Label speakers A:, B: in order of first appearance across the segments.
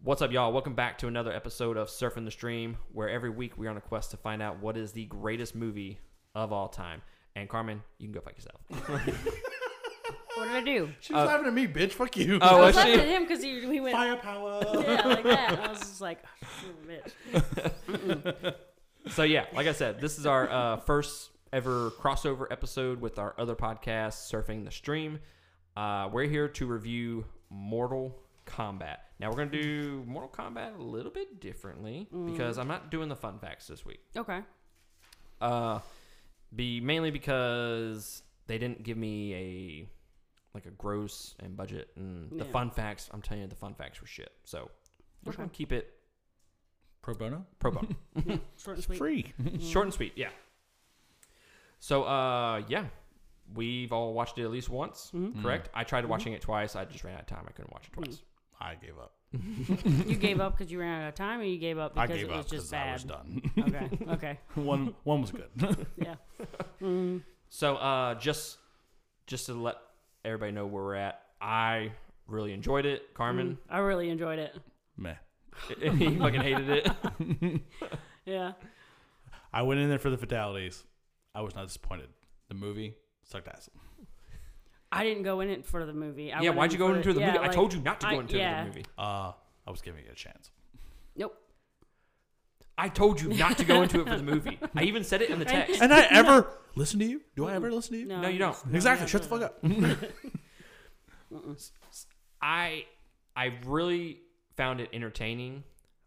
A: What's up, y'all? Welcome back to another episode of Surfing the Stream, where every week we are on a quest to find out what is the greatest movie of all time. And Carmen, you can go fuck yourself.
B: What did I do?
C: She was laughing at me, bitch. Fuck you.
A: Oh,
B: I
A: was
B: was laughing
A: she?
B: at him because he, he went
C: Firepower.
B: yeah, like that. And I was just like, oh, son of a bitch.
A: So yeah, like I said, this is our uh, first ever crossover episode with our other podcast, Surfing the Stream. Uh, we're here to review Mortal Kombat. Now we're gonna do Mortal Kombat a little bit differently because I'm not doing the fun facts this week.
B: Okay.
A: Uh, be mainly because they didn't give me a like a gross and budget and the
B: Yeah.
A: fun facts. I'm telling you, the fun facts were shit. So we're just
B: Okay.
A: gonna keep it
D: Pro bono?
A: pro bono.
B: Short and sweet.
C: Free.
A: short and sweet yeah so uh yeah we've all watched it at least once
B: Mm-hmm.
A: correct i tried watching it twice i just ran out of time i couldn't watch it twice
B: Mm.
C: I gave up.
B: You gave up because you ran out of time, or you gave up
C: I
B: because
C: gave
B: it was
C: up
B: just
C: because I was
B: bad.
C: done.
B: Okay. Okay.
C: one one was good.
B: Yeah.
A: so uh just just to let everybody know where we're at i really enjoyed it carmen
B: Mm, I really enjoyed it.
C: Meh.
B: Mm.
A: he fucking hated it
B: Yeah.
C: I went in there for the fatalities. I was not disappointed. The movie sucked ass.
B: I didn't go in it for the movie. I
A: yeah
B: went
A: why'd you
B: in
A: go
B: for
A: into the
B: yeah,
A: movie i
B: like-
A: told you not to go
B: I-
A: into
B: yeah.
A: the movie
C: Uh, I was giving it a chance.
B: Nope.
A: i told you not to go into it for the movie i even said it in the text
C: And I ever listen to you? Do I ever listen to you?
B: No.
A: no you don't
C: Exactly. Shut the fuck up.
A: i i really found it entertaining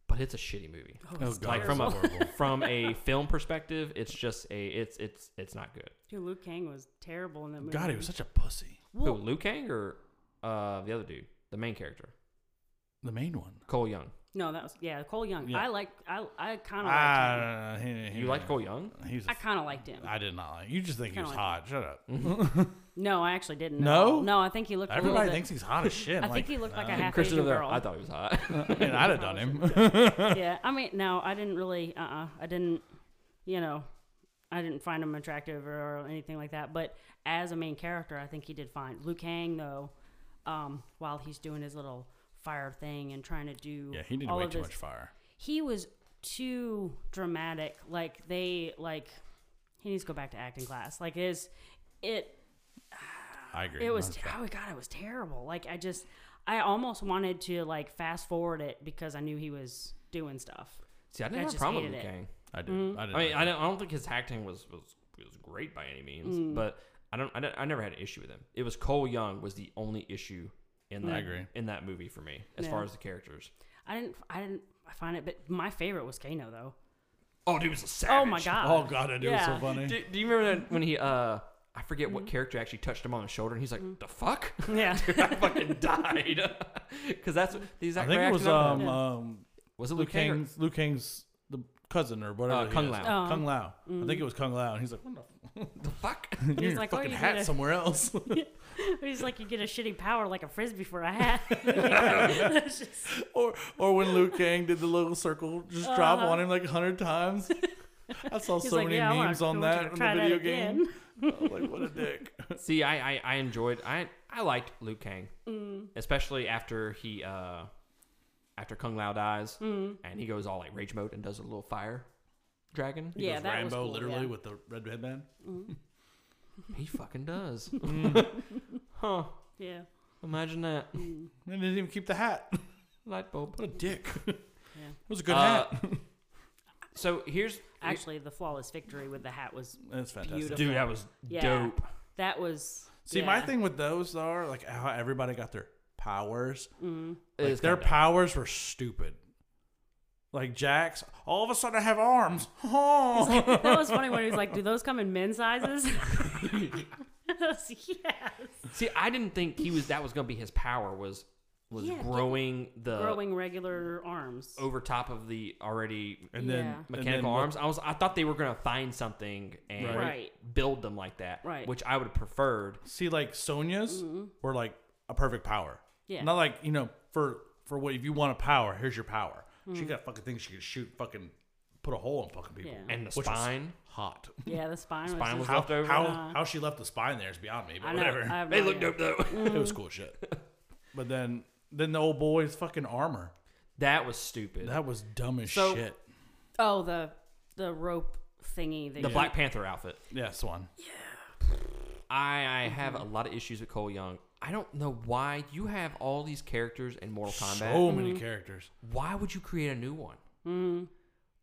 A: but it's a shitty movie
C: Oh,
A: like from
C: it
A: a
C: was horrible.
A: from a film perspective, it's just a it's it's it's not good.
B: Dude, Luke Kang was terrible in that movie.
C: God, he was such a pussy.
A: Who,
B: Well,
A: Liu Kang or uh, the other dude, the main character,
C: The main one.
A: Cole Young.
B: no, that was yeah. Cole Young.
C: Yeah.
B: I like. I I kind of liked him.
C: Ah, he- he-
A: You like Cole Young?
C: He's.
B: I
C: A,
B: kind of liked him.
C: I did not like. You just think he
B: Kinda
C: was
B: like
C: hot. Shut up.
B: No, I actually didn't.
C: No?
B: No, I think he looked. a little
C: Everybody
B: bit-
C: thinks he's hot as shit.
B: I
C: I'm
B: think
C: like,
B: he looked like a
C: nah.
B: half
A: Christian
B: Asian
A: over there,
B: girl.
A: I thought he was hot.
C: And I'd have done him.
B: yeah, I mean, no, I didn't really. Uh, uh I didn't. You know, I didn't find him attractive or, or anything like that. But as a main character, I think he did fine. Liu Kang, though, um, while he's doing his little fire thing and trying to do
C: Yeah, he did
B: all
C: way
B: of
C: too
B: this,
C: much fire.
B: he was too dramatic. Like they like he needs to go back to acting class. Like his it
C: I agree.
B: it was
C: That's
B: ter-
C: bad.
B: oh my god it was terrible like i just i almost wanted to like fast forward it because i knew he was doing stuff
A: See, I
B: I
A: didn't have a
B: just
A: problem with Liu
B: hated it.
A: Kang.
C: I
B: Mm-hmm.
C: did. I did.
A: I mean, I don't, I don't think his acting was was was great by any means,
B: Mm.
A: but I don't, I don't- I never had an issue with him. It was Cole Young was the only issue in that
C: agree.
A: in that movie for me as
B: Yeah.
A: far as the characters.
B: i didn't i didn't i find it but my favorite was kano though
A: Oh, dude, was a savage.
B: oh my god
C: Oh god, I do. It's so
B: Yeah.
C: funny.
A: Do, do you remember that when he uh I forget what
B: Mm-hmm.
A: character actually touched him on the shoulder and he's
B: Mm.
A: like, "The fuck?"
B: yeah
A: Dude, I fucking died. Because that's what the
C: I
A: exact
C: think it was
A: reaction I
C: um,
A: had.
C: um
A: was it Liu
C: Luke
A: Kang? or-
C: Kang's Luke Kang's the cousin or whatever.
A: Uh,
C: he
A: Kung
C: is.
A: Lao.
B: Oh.
C: Kung Lao. I think it was Kung Lao, and he's like, what
A: The fuck?
C: the
B: He's
C: you're in
B: like,
C: your
B: oh,
C: fucking
B: you
C: hat
B: gotta-
C: somewhere else.
B: he's like you get a shitty power like a frisbee for a hat It's just-
C: or or when Luke Kang did the little circle just drop on him like a hundred times. I saw
B: Uh-huh. he's
C: so
B: like,
C: many
B: yeah, I wanna-
C: memes
B: I
C: on
B: want you to
C: that in
B: try
C: the video
B: again.
C: game. I was like, what a dick.
A: See, I, I I enjoyed. I I liked Liu Kang,
B: Mm.
A: especially after he uh after Kung Lao dies
B: Mm.
A: and he goes all like rage mode and does a little fire dragon.
B: yeah
C: Goes
B: that
C: Rambo
B: was cool,
C: literally
B: yeah.
C: with the red headband.
A: He fucking does.
C: Mm-hmm.
A: huh?
B: yeah
A: Imagine that
C: And didn't even keep the hat.
A: light bulb.
C: What a dick. it was a good
A: Uh,
C: hat.
A: So here's
B: actually the flawless victory with the hat was
C: That's fantastic.
B: beautiful.
A: dude. That was
B: Yeah.
A: dope.
B: that was
C: See, my
B: yeah.
C: thing with those are like how everybody got their powers.
A: It
C: Like,
A: is
C: their
A: kinda dope.
C: powers were stupid. Like Jax, all of a sudden I have arms. Oh.
B: that was funny when he was like, "Do those come in men's sizes?" I was like, yes.
A: See, I didn't think he was. That was going to be his power. Was was
B: Yeah, get-
A: growing the
B: Growing regular arms.
C: Oh.
A: over top of the already
C: And then
B: Yeah.
C: and then
A: mechanical
C: what-
A: arms. I was. I thought they were going to find something and
C: Right.
B: Right.
A: build them like that.
B: Right.
A: Which I would have preferred.
C: See, like Sonya's were like a perfect power.
B: Mm-hmm. Yeah.
C: Not like you know for for what if you want a power, here's your power. She got fucking things she could shoot, fucking put a hole in fucking people.
B: Mm. Yeah.
A: And the
C: Which was
A: spine.
C: Hot.
B: Yeah, the spine,
A: Spine
B: was.
A: was
B: Just, uh,
C: How,
A: left over.
C: how, how she left the spine there is beyond me, but
B: Uh-huh. I know.
C: whatever.
B: I have
A: They
B: no
A: look
B: idea.
C: Mm.
A: dope though.
C: It was cool shit. But then then the old boy's fucking armor.
A: That was stupid.
C: That was dumb as
A: So-
C: shit.
B: Oh, the the rope thingy. That
A: the
B: you-
A: Black Panther outfit.
C: Yes, one.
A: I, I
B: Mm-hmm.
A: have a lot of issues with Cole Young. I don't know why you have all these characters in Mortal Kombat.
C: So many characters.
A: why would you create a new one?
B: Mm-hmm.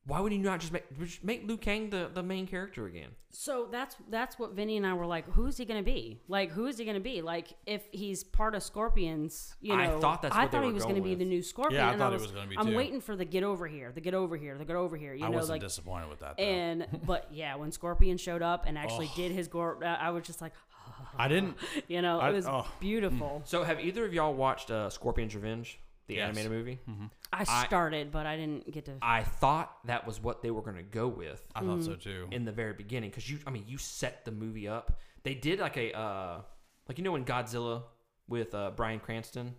A: Why would you not just make just make Liu Kang the, the main character again?
B: So that's that's what Vinny and I were like. Who's he gonna be? Like, who is he gonna be? Like, if he's part of Scorpions, you know.
A: I thought that's
B: I
A: what they
B: thought
A: were
B: he was
A: going
B: gonna be
A: with.
B: the new Scorpion.
C: Yeah, I
B: and
C: thought he was gonna be
B: I'm
C: too.
B: waiting for the get over here, the get over here, the get over here. You
C: I
B: know,
C: wasn't
B: like
C: disappointed with that. Though.
B: and but yeah, when Scorpion showed up and actually did his gore, I I was just like,
C: I didn't.
B: you know,
C: I-
B: it was
C: oh.
B: beautiful.
A: So have either of y'all watched uh, Scorpion's Revenge, the
C: Yes.
A: animated movie?
C: Mm-hmm.
B: I started, but I didn't get to.
A: I thought that was what they were going to go with
D: I thought so too.
A: in the very beginning because you, I mean, you set the movie up. They did like a uh, like you know in Godzilla with uh, Brian Cranston,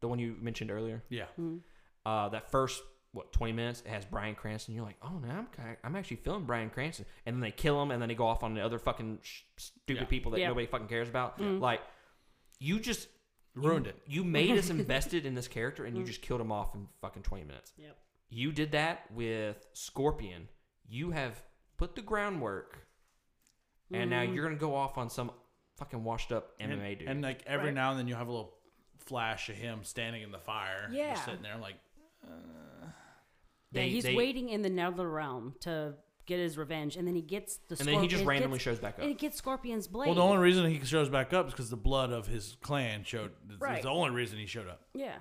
A: the one you mentioned earlier.
C: Yeah.
B: Hmm.
A: uh, that first what twenty minutes it has Brian Cranston. You're like, oh no, I'm kind I'm actually feeling Brian Cranston, and then they kill him, and then they go off on the other fucking sh- stupid
C: Yeah.
A: people that
B: Yeah.
A: nobody fucking cares about. Like, you just
C: Ruined
A: you,
C: it.
A: You made us invested in this character, and you just killed him off in fucking twenty minutes.
B: Mm. Yep.
A: You did that with Scorpion. You have put the groundwork, and now
B: Mm.
A: you're gonna go off on some fucking washed up MMA
C: And,
A: dude.
C: and like every
B: Right.
C: now and then you have a little flash of him standing in the fire. You're
B: Yeah.
C: sitting there like,
A: They-
B: yeah, he's
A: they-
B: waiting in the nether realm to get his revenge, and then he gets the.
A: and then he just
B: Scorpion-
A: randomly
B: gets,
A: shows back up.
B: And he gets Scorpion's blade.
C: well, the only reason he shows back up is because the blood of his clan showed. It's
B: Right.
C: the only reason he showed up.
B: yeah.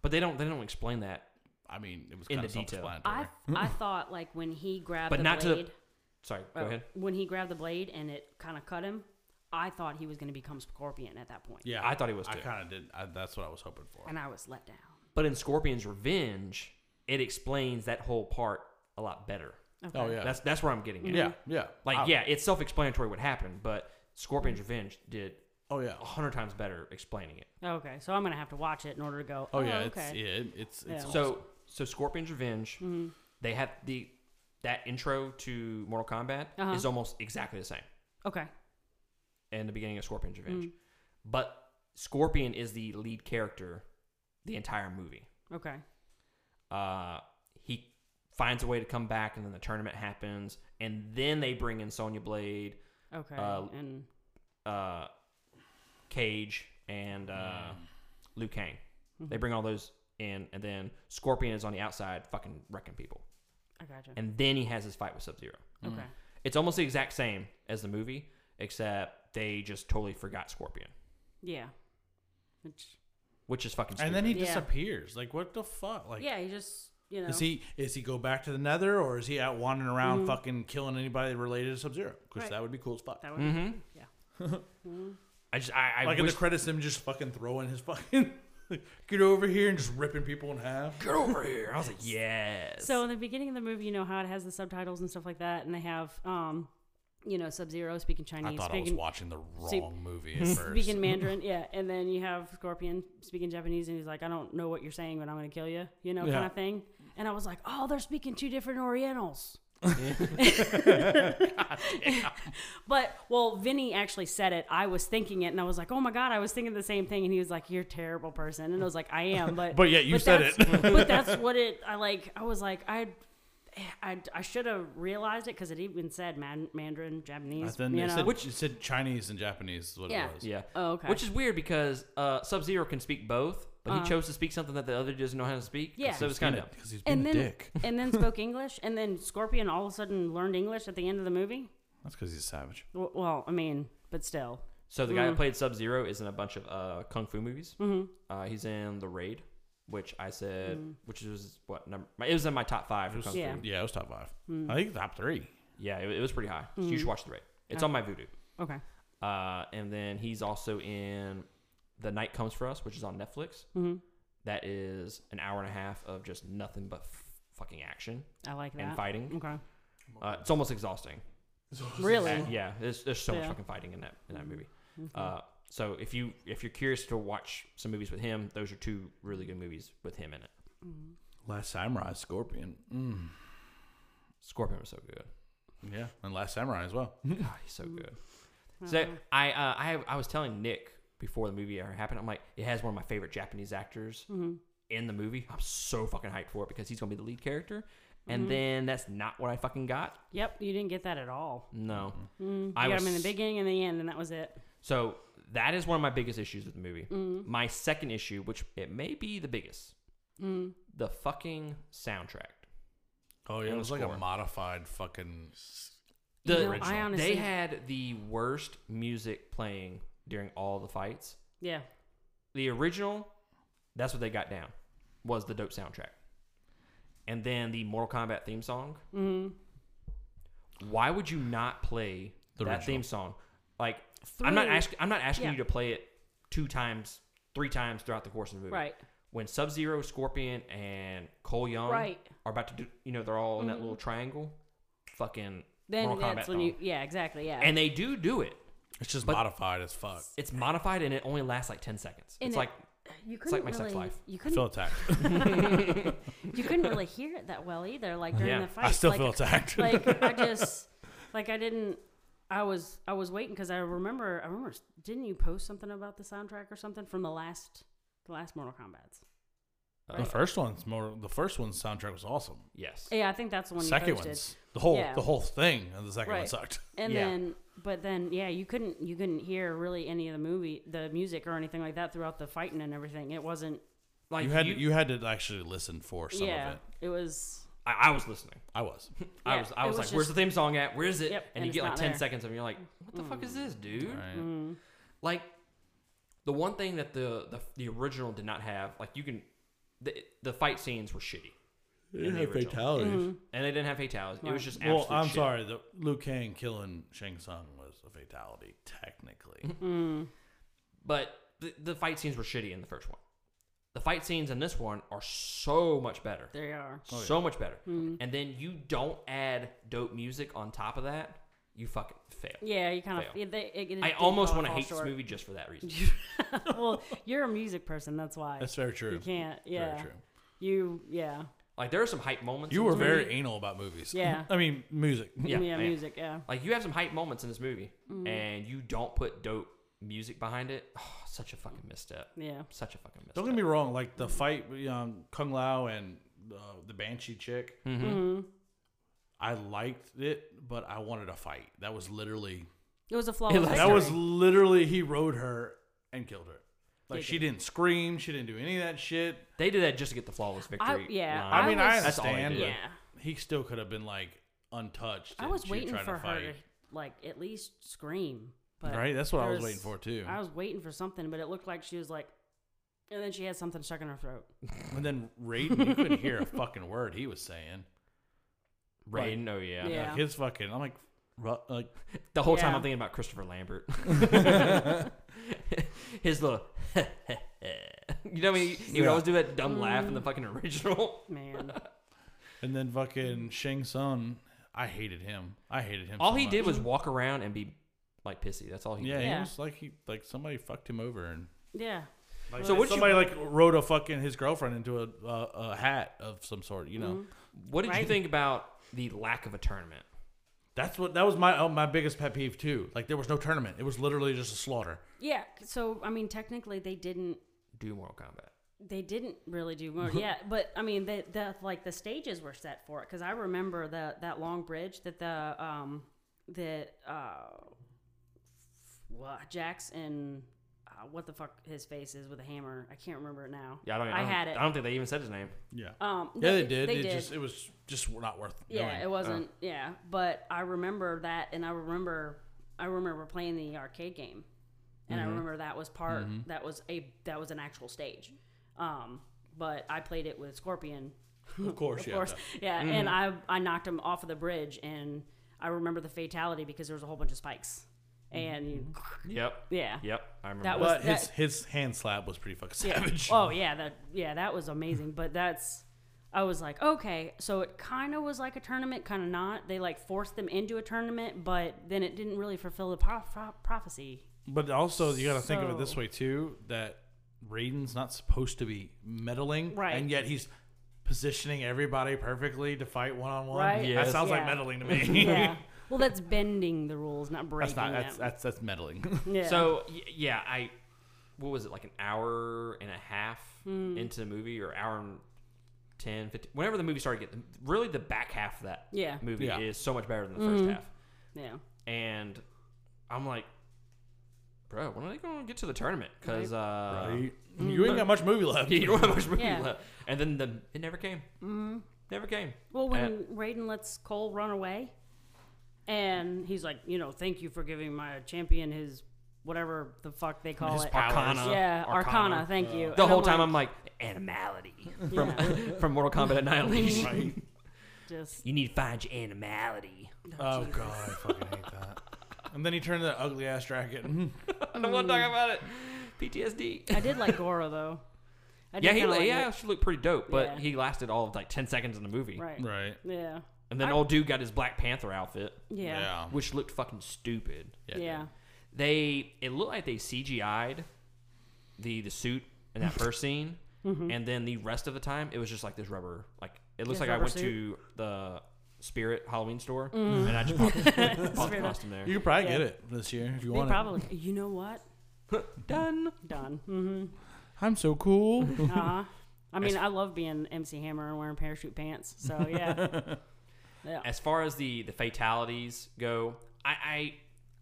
A: But they don't they don't explain that
C: I mean, it was
A: Into
C: kind of
A: detail.
B: I
C: self-explanatory.
B: I thought like when he grabbed
A: But
B: the
A: not to the-
B: blade,
A: Sorry,
B: uh,
A: go ahead.
B: when he grabbed the blade and it kind of cut him, I thought he was going to become Scorpion at that point,
C: Yeah,
A: I thought he was
C: I
A: too.
C: kind of did. I, that's what I was hoping for.
B: and I was let down.
A: But in Scorpion's Revenge, it explains that whole part a lot better.
B: Okay.
C: Oh yeah,
A: That's that's where I'm getting at.
C: yeah, yeah.
A: Like,
C: I-
A: yeah, it's self explanatory what happened, but Scorpion's Revenge did
C: Oh yeah.
A: a hundred times better explaining it.
B: Okay, so I'm going to have to watch it in order to go.
C: Oh yeah.
B: okay.
C: It's yeah. it- It's it's
B: Yeah.
A: So so Scorpion's Revenge, they have the that intro to Mortal Kombat
B: Uh-huh.
A: is almost exactly the same
B: Okay.
A: in the beginning of Scorpion's Revenge. But Scorpion is the lead character the entire movie.
B: Okay.
A: uh, he finds a way to come back, and then the tournament happens, and then they bring in Sonya Blade,
B: Okay.
A: Uh,
B: and
A: uh, Cage, and uh, Liu Kang. They bring all those in, and then Scorpion is on the outside, fucking wrecking people,
B: I gotcha.
A: and then he has his fight with Sub Zero.
B: okay.
A: It's almost the exact same as the movie, except they just totally forgot Scorpion,
B: Yeah. Which,
A: which is fucking. Stupid.
C: And then he
B: Yeah.
C: disappears. Like what the fuck? Like
B: yeah, he just you know. Mm.
C: Is he is he go back to the Nether or is he out wandering around fucking killing anybody related to Sub Zero? Because
B: Right.
C: that would be cool as fuck.
B: that would
A: hmm
B: yeah.
A: I just I, I
C: like in
A: wish
C: the credits, him just fucking throwing his fucking get over here and just ripping people in half.
A: get over here. I was like, yes.
B: So in the beginning of the movie, you know how it has the subtitles and stuff like that, and they have um, you know, Sub Zero speaking Chinese,
C: I thought I was
B: speaking
C: watching the wrong
B: see-
C: movie at first.
B: speaking Mandarin, yeah, and then you have Scorpion speaking Japanese, and he's like, "I don't know what you're saying, but I'm gonna kill you," you know,
C: Yeah.
B: kind of thing. And I was like, "Oh, they're speaking two different Orientals." but well, Vinny actually said it. I was thinking it, and I was like, "Oh my god!" I was thinking the same thing, and he was like, "You're a terrible person," and I was like, "I am," but
C: But yet you said
B: that's- but that's what it. I like. I was like, I. I, I should have realized it because it even said man, Mandarin, Japanese.
C: And then
B: you
C: it
B: know?
C: said, it said Chinese and Japanese is what
B: Yeah.
C: it was.
A: yeah.
B: oh, okay.
A: Which is weird because uh, Sub Zero can speak both, but
B: Uh-huh.
A: he chose to speak something that the other doesn't know how to speak.
B: Yeah.
A: So it's kind of
C: because he's being
B: and
C: a
B: then
C: dick.
B: and then spoke English, and then Scorpion all of a sudden learned English at the end of the movie.
C: That's because he's savage.
B: W- Well, I mean, but still,
A: so. The guy
B: Mm.
A: that played Sub Zero is in a bunch of uh, kung fu movies. Mm-hmm. Uh, he's in The Raid, which I said,
B: Mm.
A: which was what number? It was in my top five for kung
B: Yeah.
A: fu.
C: Yeah, it was top five.
B: Mm.
C: I think top three.
A: Yeah, it, it was pretty high. So you should watch The Raid. It's on my Voodoo.
B: Mm-hmm. okay,
A: Uh, and then he's also in The Night Comes for Us, which is on Netflix.
B: Mhm.
A: That is an hour and a half of just nothing but f- fucking action
B: I like that.
A: and fighting.
B: Okay,
A: Uh, it's almost exhausting.
B: really?
A: Uh, yeah, there's, there's so much
B: Yeah. Mm-hmm.
A: fucking fighting in that in that movie. Uh, so if you if you're curious to watch some movies with him, those are two really good movies with him in it.
C: Last Samurai, Scorpion. Mm.
A: Scorpion was so good.
C: Yeah, and Last Samurai as well.
A: God, he's so good. So
B: Uh-huh.
A: I uh,
B: Mm-hmm.
A: I I was telling Nick before the movie ever happened. I'm like, it has one of my favorite Japanese actors in the movie. I'm so fucking hyped for it because he's gonna be the lead character. And
B: Mm-hmm.
A: then that's not what I fucking got.
B: Yep, you didn't get that at all.
A: No.
B: Mm, you
A: I
B: got him in the
A: was-
B: beginning and the end, and that was it.
A: So that is one of my biggest issues with the movie.
B: Mm-hmm.
A: My second issue, which it may be the biggest,
B: Mm.
A: the fucking soundtrack.
C: Oh yeah,
A: And
C: it
A: the
C: was like a
A: score.
C: modified fucking.
A: The,
B: You know, I honestly,
A: they had the worst music playing during all the fights.
B: yeah,
A: The original, that's what they got down, was the dope soundtrack. And then the Mortal Kombat theme song.
B: mm,
A: Why would you not play
C: The
A: that
C: original.
A: theme song? Like i I'm not
B: Three-
A: asking I'm not asking
B: yeah.
A: you to play it two times, three times throughout the course of the movie.
B: right,
A: When Sub Zero, Scorpion, and Cole Young
B: right. Mm-hmm.
A: are about to do you know, they're all in that little triangle. Fucking
B: Then
A: Mortal
B: that's
A: Kombat
B: when
A: song.
B: you, yeah, exactly, yeah.
A: and they do do it.
C: It's just
A: But-
C: modified as fuck.
A: It's modified and it only lasts like ten seconds.
B: And
A: it's
B: it-
A: like
B: you
A: it's like my sex life.
B: You couldn't,
C: Feel attacked.
B: you couldn't really hear it that well either. Like during
A: Yeah.
B: the fight,
C: I still
B: like,
C: feel attacked.
B: like I just like I didn't. I was I was waiting because I remember I remember didn't you post something about the soundtrack or something from the last the last Mortal Kombat's?
C: the first one's more. The first one's soundtrack was awesome.
A: yes.
B: Yeah, I think that's the one. you
C: second
B: posted.
C: one's the whole
B: Yeah.
C: the whole thing, and the second one
B: Right.
C: sucked.
B: and
A: Yeah.
B: then but then yeah, you couldn't you couldn't hear really any of the movie the music or anything like that throughout the fighting and everything. It wasn't
A: Like
C: you had you, had to actually listen for some
B: yeah,
C: of it.
B: it. was
A: I, I was listening.
C: I was.
A: I
B: Yeah,
A: was I
B: it
A: was,
B: was
A: like, "Where's the
B: just-
A: theme song at? Where is it?"
B: Yep,
A: and,
B: and
A: you get like
B: it's not
A: ten
B: there.
A: seconds of it, and you're like, "What the fuck is this, dude?"
C: Mm. Right.
B: Mm-hmm.
A: Like, the one thing that the, the the original did not have, like, you can the the fight scenes were shitty, In the original.
D: fatalities.
B: Mm-hmm.
A: and they didn't have fatalities. It was just absolute
C: Well, I'm
A: shit.
C: sorry. The Liu Kang killing Shang Tsung was a fatality, technically.
B: Mm-hmm.
A: but the, the fight scenes were shitty in the first one. The fight scenes in this one are so much better,
B: there you are.
C: Oh,
A: so much better.
B: Mm-hmm.
A: And then you don't add dope music on top of that, you fucking fail.
B: Yeah, you kind of.
A: Fail.
B: It, they- it, it
A: I
B: did
A: almost
B: fall-
A: want to
B: fall
A: hate
B: short.
A: this movie just for that reason.
B: well, you're a music person, that's why
C: That's very true.
B: you can't.
C: Very
B: Yeah,
C: true.
B: you yeah.
A: Like there are some hype moments.
C: You
A: in
C: were
A: this movie.
C: very anal about movies.
B: Yeah.
C: I mean, music.
A: yeah, I am.
B: music. Mm-hmm. Yeah,
A: Like you have some hype moments in this movie, and you don't put dope music behind it. Oh, such a fucking misstep.
B: yeah.
A: Such a fucking misstep.
C: Don't get me wrong. Like the fight, um, Kung Lao and uh, the Banshee chick.
A: Mm-hmm.
B: Mm-hmm.
C: I liked it, but I wanted a fight. That was literally.
B: It was a flawless.
A: like-
C: That was
B: victory.
C: literally he rode her and killed her. Like
B: Did
C: she didn't scream. She didn't do any of that shit.
A: They did that just to get the flawless victory.
B: I- yeah,
A: line.
C: I,
B: I
C: mean, I
B: was-
A: That's all they
C: understand.
A: did.
C: but
B: yeah.
C: He still could have been like untouched.
B: I
C: and
B: was
C: she
B: waiting
C: trying
B: for
C: to
B: her
C: fight.
B: to like at least scream. But
C: Right, that's what I
B: there
C: was waiting for, too.
B: I was waiting for something, but it looked like she was like, and then she had something stuck in her throat.
C: And then Raiden, you couldn't hear a fucking word he was saying.
A: Raiden. Oh yeah.
B: Yeah.
C: Like his fucking, I'm like, ru- like
A: The whole time
B: Yeah.
A: I'm thinking about Christopher Lambert. His little. you know, what I mean, he would
C: Yeah.
A: always do that dumb laugh in
B: Mm.
A: the fucking original.
B: Man,
C: and then fucking Shang Tsung. I hated him. I hated him.
A: All
C: so
A: he did
C: much.
A: was walk around and be like pissy. That's all he
C: yeah,
A: did.
B: Yeah.
C: he was like he like somebody fucked him over and
B: yeah.
C: like,
A: So what you-
C: somebody like rode a fucking his girlfriend into a uh, a hat of some sort. You know,
B: Mm-hmm.
A: What did you
B: Right.
A: think about the lack of a tournament?
C: that's what that was my uh, my biggest pet peeve too. Like there was no tournament. It was literally just a slaughter.
B: Yeah. So I mean, technically, they didn't.
A: Do Mortal Kombat.
B: They didn't really do more. yeah, but I mean, the, the like the stages were set for it because I remember the that long bridge that the um that uh well, Jax and uh, what the fuck his face is with a hammer. I can't remember it now.
A: Yeah, I don't. I,
B: I
A: don't-
B: had it.
A: I don't think they even said his name.
C: Yeah.
B: Um,
C: yeah,
B: no,
C: they did.
B: They
C: it
B: did.
C: just it was just not worth.
B: yeah,
C: doing.
B: it wasn't. Yeah, but I remember that, and I remember, I remember playing the arcade game, and I remember that was part that was a that was an actual stage. Um, but I played it with Scorpion,
C: Of course,
B: of course. Yeah, Mm-hmm. and I I knocked him off of the bridge, and I remember the fatality because there was a whole bunch of spikes, and you,
A: Yep.
B: Mm-hmm. yeah,
A: Yep. I remember.
B: That
A: That
B: was-
A: was
C: But his his hand slap was pretty fucking savage.
B: Oh yeah, that yeah, that was amazing. But that's I was like, okay, so it kind of was like a tournament, kind of not. They like forced them into a tournament, but then it didn't really fulfill the pro- pro- prophecy.
C: But also, you got to think of it this
B: So-
C: way too: that Raiden's not supposed to be meddling,
B: Right.
C: And yet he's positioning everybody perfectly to fight one on one.
B: Right?
A: Yes.
C: That sounds like
B: Yeah.
C: meddling to me.
B: Yeah. well, that's bending the rules, not breaking
C: that's Uh, not that's
B: them.
C: that's that's meddling.
B: yeah.
A: So y- yeah, I what was it like an hour and a half
B: Hmm.
A: into the movie or hour and 10 15 whenever the movie started getting really the back half of that
B: Yeah. Mm-hmm.
A: movie
C: Yeah.
A: is so much better than the first half
B: Yeah.
A: and i'm like bro when are they going to get to the tournament because uh
C: Right? you ain't got much movie left.
A: you don't have much movie
B: Yeah.
A: left and then the it never came mm-hmm. never came
B: Well, when Raiden lets Cole run away, and he's like, you know, thank you for giving my champion his whatever the fuck they call
A: His
B: it.
A: Arcana.
B: Yeah, Arcana.
A: Arcana.
B: Thank you.
A: the whole time i'm like animality
B: from
A: from mortal kombat annihilation
C: Right?
B: just
A: you need to find your animality
C: Oh god, I fucking hate that. And then he turned that ugly ass dragon.
A: i don't want to talk about it ptsd
B: I did like Goro though. I did
A: Yeah, he
B: kinda
A: la-
B: like
A: yeah,
B: it.
A: she looked pretty dope, but
B: Yeah.
A: he lasted all of like ten seconds in the movie,
B: Right.
C: right.
B: Yeah.
A: and then old dude got his Black Panther outfit,
B: Yeah. Yeah.
C: Yeah.
A: which looked fucking stupid.
B: Yeah.
A: They it looked like they CGI'd the the suit in that first scene, and then the rest of the time it was just like this rubber. Like it looks
B: Mm-hmm. This
A: like I
B: rubber
A: went
B: Mm,
A: to the Spirit Halloween store and I just bought, bought the
B: Spirit.
A: costume there.
C: You could probably
B: Yeah.
C: get it this year if you
B: They
C: want
B: probably. You know what?
A: Done.
B: Done. Mm-hmm.
C: it. I'm so cool.
B: Uh huh. I mean, I love being MC Hammer and wearing parachute pants. So yeah. yeah.
A: As far as the the fatalities go, I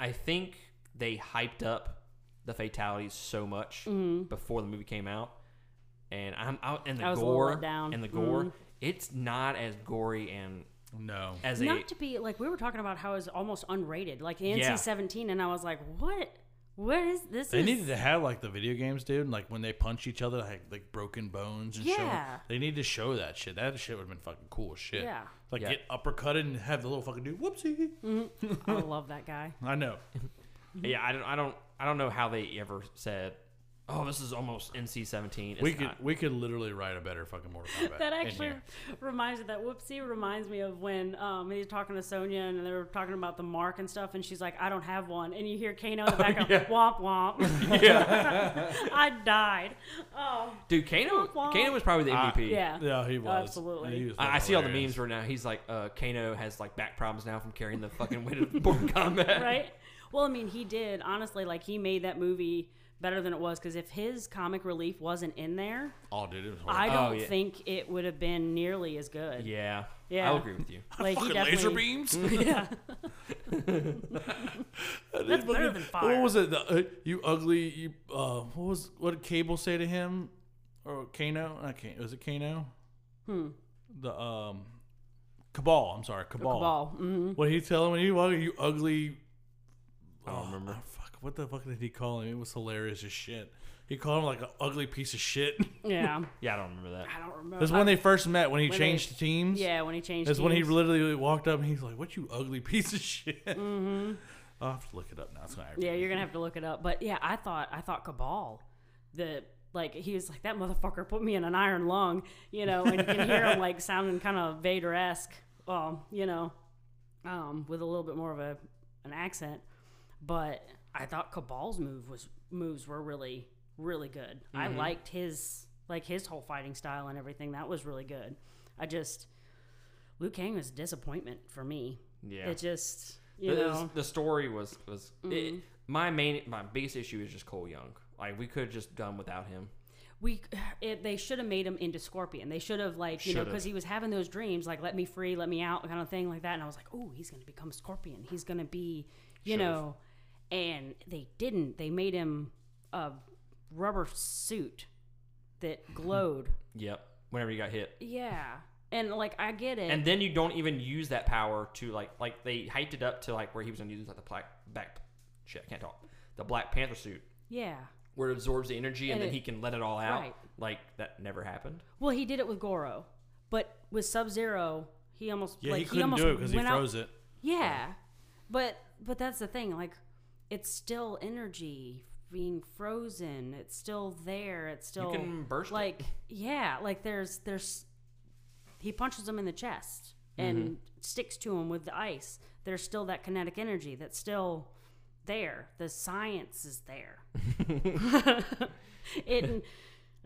A: I, I think they hyped up the fatalities so much before the movie came out, and I'm out in the
B: Mm-hmm. I was a little
A: gore
B: let down. Mm-hmm.
A: and the gore. It's not as gory and
C: no.
A: as a
B: Not to be like we were talking about how it's almost unrated, like the
A: Yeah.
B: NC seventeen, and I was like, what? What is this?
C: They
B: is,
C: needed to have like the video games, dude. and, Like when they punch each other, like like broken bones and
B: Yeah.
C: shit. They need to show that shit. That shit would have been fucking cool as shit.
B: Yeah.
C: Like
A: Yeah.
C: get uppercutted and have the little fucking dude. Whoopsie.
B: I love that guy.
C: I know.
A: yeah. I don't I don't I don't know how they ever said, oh, this is almost NC-17. It's
C: we could
A: not.
C: we could literally write a better fucking Mortal Kombat.
B: That
C: in
B: actually
C: here.
B: reminds me. That whoopsie reminds me of when um, he's talking to Sonya and they were talking about the mark and stuff, and she's like, "I don't have one," and you hear Kano in the background, "Womp womp." I died. Oh,
A: dude. Kano
B: Womp, womp.
A: Kano was probably the MVP.
B: yeah.
C: Yeah, he was.
B: absolutely.
C: He was
A: I, I see all the
C: hilarious.
A: memes right now. He's like, uh, Kano has like back problems now from carrying the fucking weight of Mortal Kombat.
B: right? Well, I mean, he did honestly. Like he made that movie better than it was because if his comic relief wasn't in there,
C: Oh, dude, it was
B: I
C: horrible.
B: don't
A: yeah.
B: think it would have been nearly as good.
A: Yeah.
B: Yeah.
A: I'll agree with you.
B: Like
C: fucking laser beams.
B: Yeah. That's better than fire.
C: What was it? The, uh, you ugly. You uh, what was what did Cable say to him? Or Kano? Not Kano. Was it Kano? Hmm. The um, Cabal. I'm sorry, Cabal.
B: Ball. hmm
C: What did he tell him when he walked? You ugly.
A: I don't remember.
C: Oh, fuck. What the fuck did he call him? It was hilarious as shit. He called him like an ugly piece of shit.
B: Yeah.
A: Yeah, I don't remember that.
B: I don't remember.
C: That's when they first met when
B: When
C: he
B: they-
C: changed teams.
B: yeah, when he changed.
C: That's when he
B: teams.
C: literally walked up and he's like, "What you ugly piece of shit." I'll have to look it up now. It's not
B: Mm-hmm. Yeah, you're gonna have to look it up. But yeah, I thought I thought Cabal, the like he was like that motherfucker put me in an iron lung, you know, and you can hear him like sounding kind of Vader esque, um, you know, um, with a little bit more of a an accent. But I thought Cabal's move was moves were really really good. I liked his like his whole fighting style and everything. That was really good. I just Liu Kang was a disappointment for me.
A: Yeah.
B: It just
A: The-
B: you
A: the,
B: know Mm-hmm.
A: the story was was it, my main my biggest issue is just Cole Young. Like we could have just done without him.
B: we it, they should have made him into scorpion they should have like you know
A: Should have.
B: because he was having those dreams like let me free let me out kind of thing like that and i was like oh he's gonna become scorpion he's gonna be you
A: Should have.
B: know and they didn't they made him a rubber suit that glowed
A: Yep. Whenever you got hit.
B: yeah and like i get it
A: And then you don't even use that power to like like they hyped it up to like where he was gonna use like the black back shit, I can't talk. The Black Panther suit
B: yeah
A: where it absorbs the energy and,
B: And
A: then
B: it-
A: he can let it all out.
B: right.
A: Like that never happened.
B: well he did it with goro but with sub zero he almost
C: Yeah,
B: like,
C: he couldn't
B: almost
C: do it because he
B: went out-
C: froze it.
B: Yeah. But but that's the thing, like it's still energy being frozen. It's still there. It's still
A: can burst it.
B: Oh, like yeah, like there's there's he punches him in the chest and
A: Mm-hmm.
B: sticks to him with the ice. There's still that kinetic energy that's still there. The science is there. it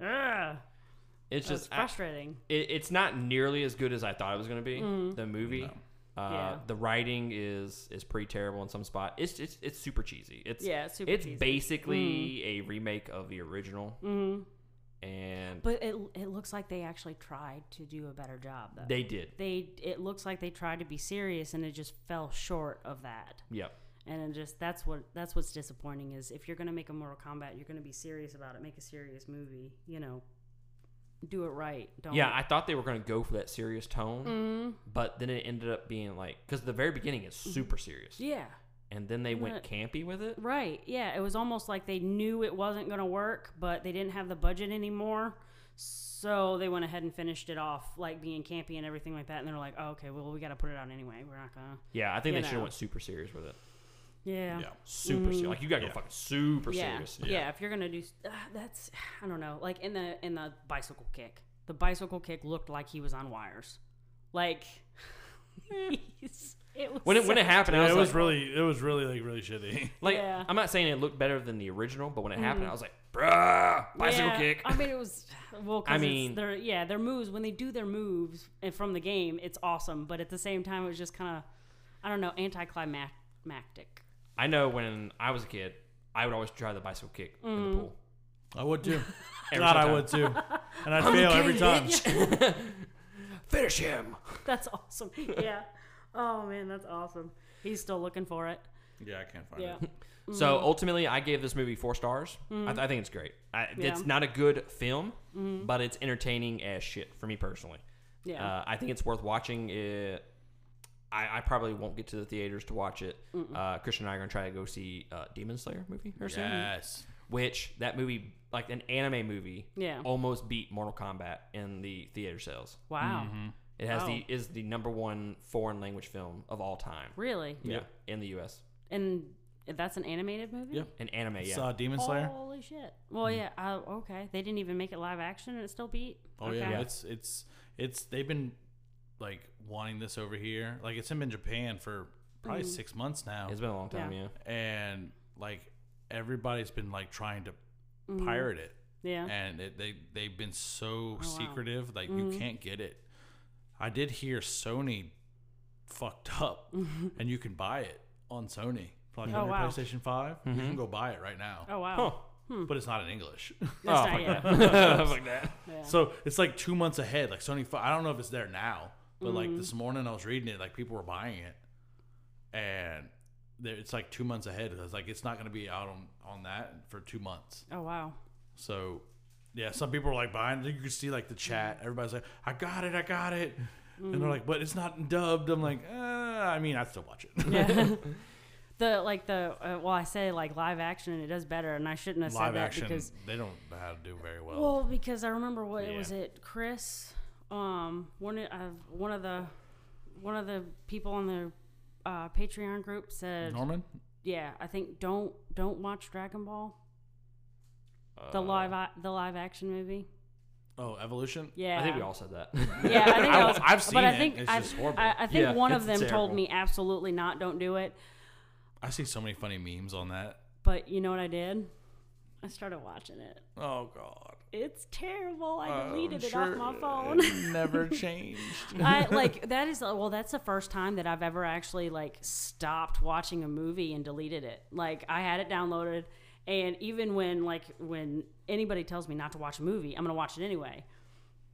B: ugh,
A: It's
B: it's
A: just I-
B: frustrating.
A: it, it's not nearly as good as I thought it was going to be. The movie, Uh,
B: Mm. Yeah.
A: The writing is is pretty terrible in some spot. It's it's, it's super cheesy. It's
B: yeah, it's super
A: it's
B: cheesy. Mm.
A: basically a remake of the original,
B: Mhm.
A: and
B: But it it looks like they actually tried to do a better job though.
A: they did.
B: they it looks like they tried to be serious and it just fell short of that.
A: Yep.
B: And it just that's what that's what's disappointing is if you're gonna make a Mortal Kombat, you're gonna be serious about it. Make a serious movie, you know. Do it right. Don't Mm-hmm.
A: Yeah, I thought they were going to go for that serious tone, but then it ended up being like because the very beginning is super serious,
B: yeah.
A: and then they went
B: What?
A: campy with it.
B: Right. Yeah. It was almost like they knew it wasn't gonna work, but they didn't have the budget anymore. So they went ahead and finished it off, like being campy and everything like that. And they're like, oh, okay, well, we got to put it out anyway. We're not gonna.
A: Yeah, I think
B: You
A: they should have
B: know.
A: went super serious with it.
B: Yeah.
C: Yeah.
A: Super serious, like you got to go
C: Yeah.
A: fucking super
B: yeah.
A: serious.
B: Yeah. if you're gonna do uh, that's I don't know, like in the in the bicycle kick. The bicycle kick looked like he was on wires. Like he's- it was
A: When it when it
B: so-
A: happened, I
C: Yeah,
A: was,
C: it was
A: like,
C: really, it was really like really shitty.
A: like,
B: Yeah. Mm-hmm.
A: I'm not saying it looked better than the original, but when it happened, I was like, bruh, bicycle
B: yeah,
A: kick.
B: I mean it was well 'cause
A: I
B: it's
A: mean-
B: their yeah, their moves when they do their moves and from the game, it's awesome, but at the same time it was just kind of I don't know, anticlimactic.
A: I know when I was a kid, I would always try the bicycle kick in
B: Mm.
A: the pool.
C: I would too.
A: Every
C: God, I
A: time.
C: would too. And I'd fail every time.
A: Finish him.
B: That's awesome. Yeah. Oh man, that's awesome. He's still looking for it.
C: Yeah, I can't find
B: Yeah. Mm.
A: So ultimately, I gave this movie four stars. I, th- I think it's great. I, It's
B: Yeah. Mm-hmm.
A: not a good film, but it's entertaining as shit for me personally.
B: Yeah.
A: Uh, I think it's worth watching. It. I, I probably won't get to the theaters to watch it. Uh, Christian and I are gonna try to go see uh, Demon Slayer movie or something,
C: Yes.
A: which that movie, like an anime movie,
B: Yeah.
A: almost beat Mortal Kombat in the theater sales.
B: Wow.
A: It has
B: Wow.
A: the is the number one foreign language film of all time.
B: Really?
A: Yeah, in the U.S.
B: And that's an animated movie?
C: Yeah.
A: An anime, yeah.
C: Saw Demon Slayer. Mm.
B: Holy shit. Well, yeah. Uh, okay. They didn't even make it live action and it still beat.
C: Oh
B: okay.
C: yeah, it's it's it's they've been like wanting this over here. Like it's been in Japan for probably six months now,
A: Mm. it's been a long time,
B: Yeah.
A: yeah.
C: and like everybody's been like trying to
A: Mm-hmm.
C: pirate it,
B: Yeah. Oh,
C: and it, they they've been so
B: wow. Mm-hmm.
C: secretive, like you can't get it. I did hear Sony fucked up, and you can buy it on Sony. Like
B: Oh,
C: on your
B: wow.
C: PlayStation 5 you can go buy it right now,
B: Oh, wow.
C: but it's not in English.
B: That's
A: Oh,
B: not
A: fuck
B: yet.
A: like that.
B: Yeah.
C: So it's like two months ahead. Like Sony, I don't know if it's there now, but like
B: Mm-hmm.
C: this morning I was reading it, like people were buying it, and there, it's like two months ahead. It's like it's not going to be out on on that for two months.
B: Oh, wow.
C: So yeah, some people are like buying. it. You can see like the chat. Everybody's like, "I got it, I got it," and they're like, "But it's not dubbed." I'm like, uh, I mean, I still watch it.
B: Yeah. the, like, the, uh, well, I say, like, live action and it does better, and I shouldn't have
C: Live
B: said that
C: action,
B: because,
C: they don't know how to do very well.
B: well, because I remember what it
C: Yeah.
B: was it, Chris, um, one, of- uh, one of the, one of the people on the uh, Patreon group said,
C: Norman,
B: yeah, I think don't, don't watch Dragon Ball the
A: Uh,
B: live ac- the live action movie.
C: oh, Evolution.
B: Yeah,
A: I think we all said that.
B: Yeah, I think I,
C: I-
B: was,
C: I've seen
B: but I
C: it.
B: think
C: It's
B: I,
C: just horrible.
B: I, I think
A: Yeah,
B: one of
A: it's
B: them told
A: terrible.
B: me absolutely not, don't do it.
C: I see so many funny memes on that.
B: But you know what I did? I started watching it.
C: Oh God.
B: It's terrible. I
C: I'm
B: deleted it
C: Uh, sure
B: off my phone.
C: it Never changed.
B: I like that is well that's the first time that I've ever actually like stopped watching a movie and deleted it. Like I had it downloaded and even when like when anybody tells me not to watch a movie, I'm going to watch it anyway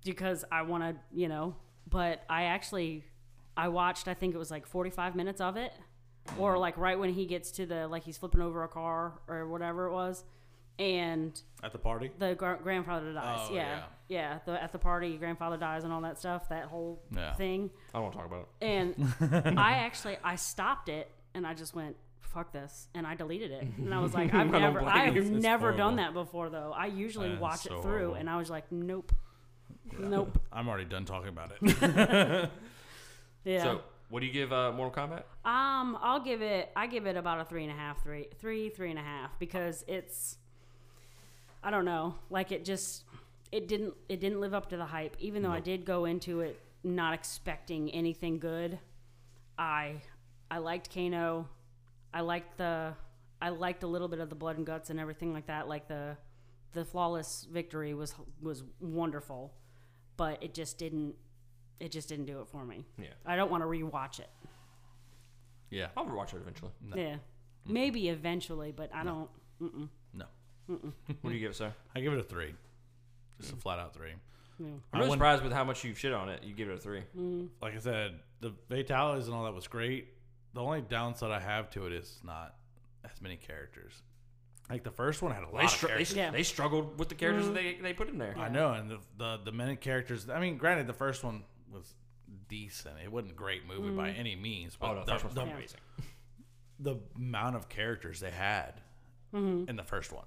B: because I want to, you know, but I actually I watched I think it was like 45 minutes of it or like right when he gets to the like he's flipping over a car or whatever it was and
C: At the party?
B: the gr- grandfather dies.
C: Oh,
B: yeah.
C: yeah.
B: yeah, The at the party, your grandfather dies and all that stuff. That whole
C: Yeah.
B: thing.
A: I don't want to talk about it.
B: And I actually I stopped it and I just went fuck this and I deleted it and I was like I've
A: don't
B: never
A: blame
B: I
A: you.
B: have
C: It's
B: never done
C: horrible.
B: that before though. I usually
C: That is
B: watch
C: so
B: it through
C: horrible.
B: and I was like nope, nope.
C: I'm already done talking about it.
B: Yeah.
A: So, what do you give uh, Mortal Kombat?
B: Um, I'll give it. I give it about a three and a half, three, three, three and a half, because it's. I don't know. Like it just, it didn't. It didn't live up to the hype. Even though I did go into it not expecting anything good, I, I liked Kano. I liked the. I liked a little bit of the blood and guts and everything like that. Like the, the flawless victory was was wonderful, but it just didn't. It just didn't do it for me.
A: Yeah.
B: I don't want to rewatch it.
C: Yeah.
A: I'll rewatch it eventually.
C: No.
B: Yeah. Maybe eventually, but I don't. Mm-mm.
C: No.
A: What do you give it, sir?
C: I give it a three. Just a flat out three.
B: No.
A: I'm
C: I
A: really
C: wouldn't-
A: surprised with how much you've shit on it. You give it a three.
C: Like I said, the fatalities and all that was great. The only downside I have to it is not as many characters. Like the first one had a lot
A: They,
C: of
A: str- they,
C: characters.
A: str-
B: Yeah. Mm.
A: they struggled with the characters that they, they put in there.
C: I know, and the, the the many characters. I mean, granted, the first one was decent. It wasn't a great movie by any means, but
A: Oh, no, the
C: the,
A: first one's
C: the,
A: amazing.
C: the amount of characters they had in the first one.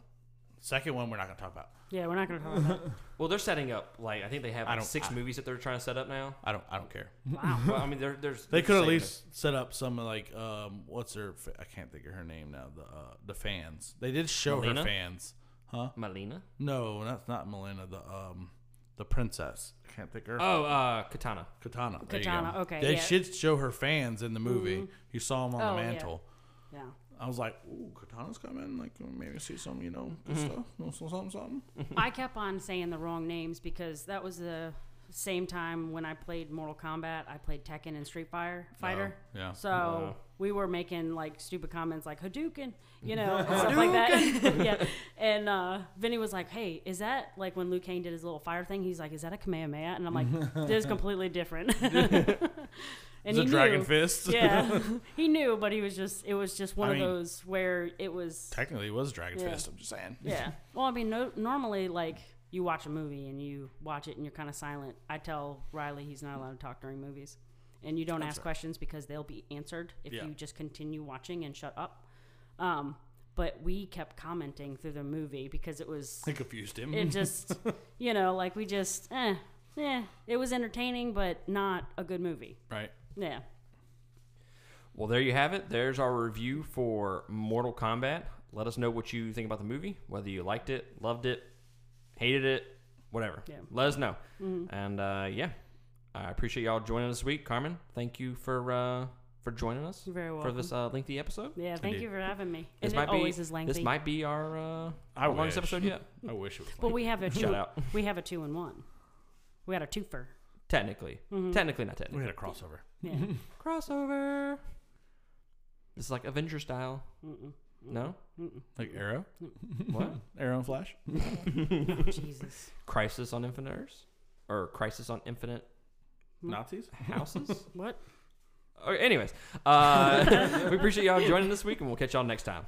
C: Second one, we're not going to talk about.
B: Yeah, we're not going to talk about that.
A: Well, they're setting up like I think they have
C: I
A: like,
C: don't-
A: six
C: I-
A: movies that they're trying to set up now.
C: I don't. I don't care.
B: Wow.
A: Well, I mean, there- there's
C: They
A: there's
C: could at
A: saving
C: least set up some like um, what's her? fa- I can't think of her name now. The uh, the fans. They did show
A: Melina?
C: her fans, huh?
A: it. Malina.
C: No, that's not Melina. The um, the princess. I can't think of her.
A: Oh, uh, Katana.
C: Katana. there you go.
B: Katana, okay,
C: They
B: yeah.
C: should show her fans in the movie. You saw them on
B: Oh,
C: the
B: yeah.
C: mantle.
B: Yeah.
C: I was like, ooh, Katana's coming. Like maybe see some, you know, good
B: Mm-hmm.
C: stuff. No, so- Something, something.
B: I kept on saying the wrong names because that was the same time when I played Mortal Kombat, I played Tekken and Street Fire Fighter.
C: Oh, yeah.
B: So
A: Wow.
B: we were making like stupid comments like Hadouken, you know, and stuff like that. yeah. And uh, Vinny was like, "Hey, is that like when Liu Kang did his little fire thing? He's like, is that a Kamehameha?" And I'm like, "This is completely different." and
C: It's a dragon
B: knew.
C: fist.
B: yeah, he knew, but he was just it was just one
C: I
B: of
C: mean-
B: those where it was
C: Technically, it was dragon
B: Yeah.
C: fist. I'm just saying.
B: yeah. Well, I mean, no, normally, like, you watch a movie and you watch it and you're kind of silent. I tell Riley he's not allowed to talk during movies. And you don't ask questions because they'll be answered if
C: Yeah.
B: you just continue watching and shut up. Um, but we kept commenting through the movie because it was,
C: It confused him.
B: it just, you know, like we just, eh, eh. It was entertaining, but not a good movie.
C: right.
B: Yeah.
A: Well, there you have it. There's our review for Mortal Kombat. Let us know what you think about the movie, whether you liked it, loved it, hated it, whatever.
B: Yeah. Mm-hmm.
A: Let us know. And uh, yeah, I appreciate y'all joining us this week. Carmen, thank you for uh, for joining us
B: You're very
A: for
B: welcome.
A: this uh, lengthy episode.
B: Yeah. Thank
C: Indeed.
B: you for having me.
A: This
B: and
A: might
B: it
A: be
B: always is lengthy.
A: this might be our uh,
C: I
A: longest
C: wish.
A: episode yet.
C: I wish it was.
B: but
C: like-
B: we have a
A: Shout
B: two,
A: out.
B: we have a two and one. We got a twofer. Mm-hmm.
A: Technically,
B: Mm.
A: technically not
C: we
A: technically.
C: had a crossover.
B: Yeah.
A: Crossover. This is like Avenger style.
B: Mm-mm.
A: No,
C: Like Arrow,
A: what?
C: Arrow and Flash.
B: Jesus.
A: Crisis on Infinite Earths or Crisis on Infinite
B: Mm-hmm.
C: Nazis.
A: Houses.
B: What?
A: Okay, anyways, uh, we appreciate y'all joining this week, and we'll catch y'all next time.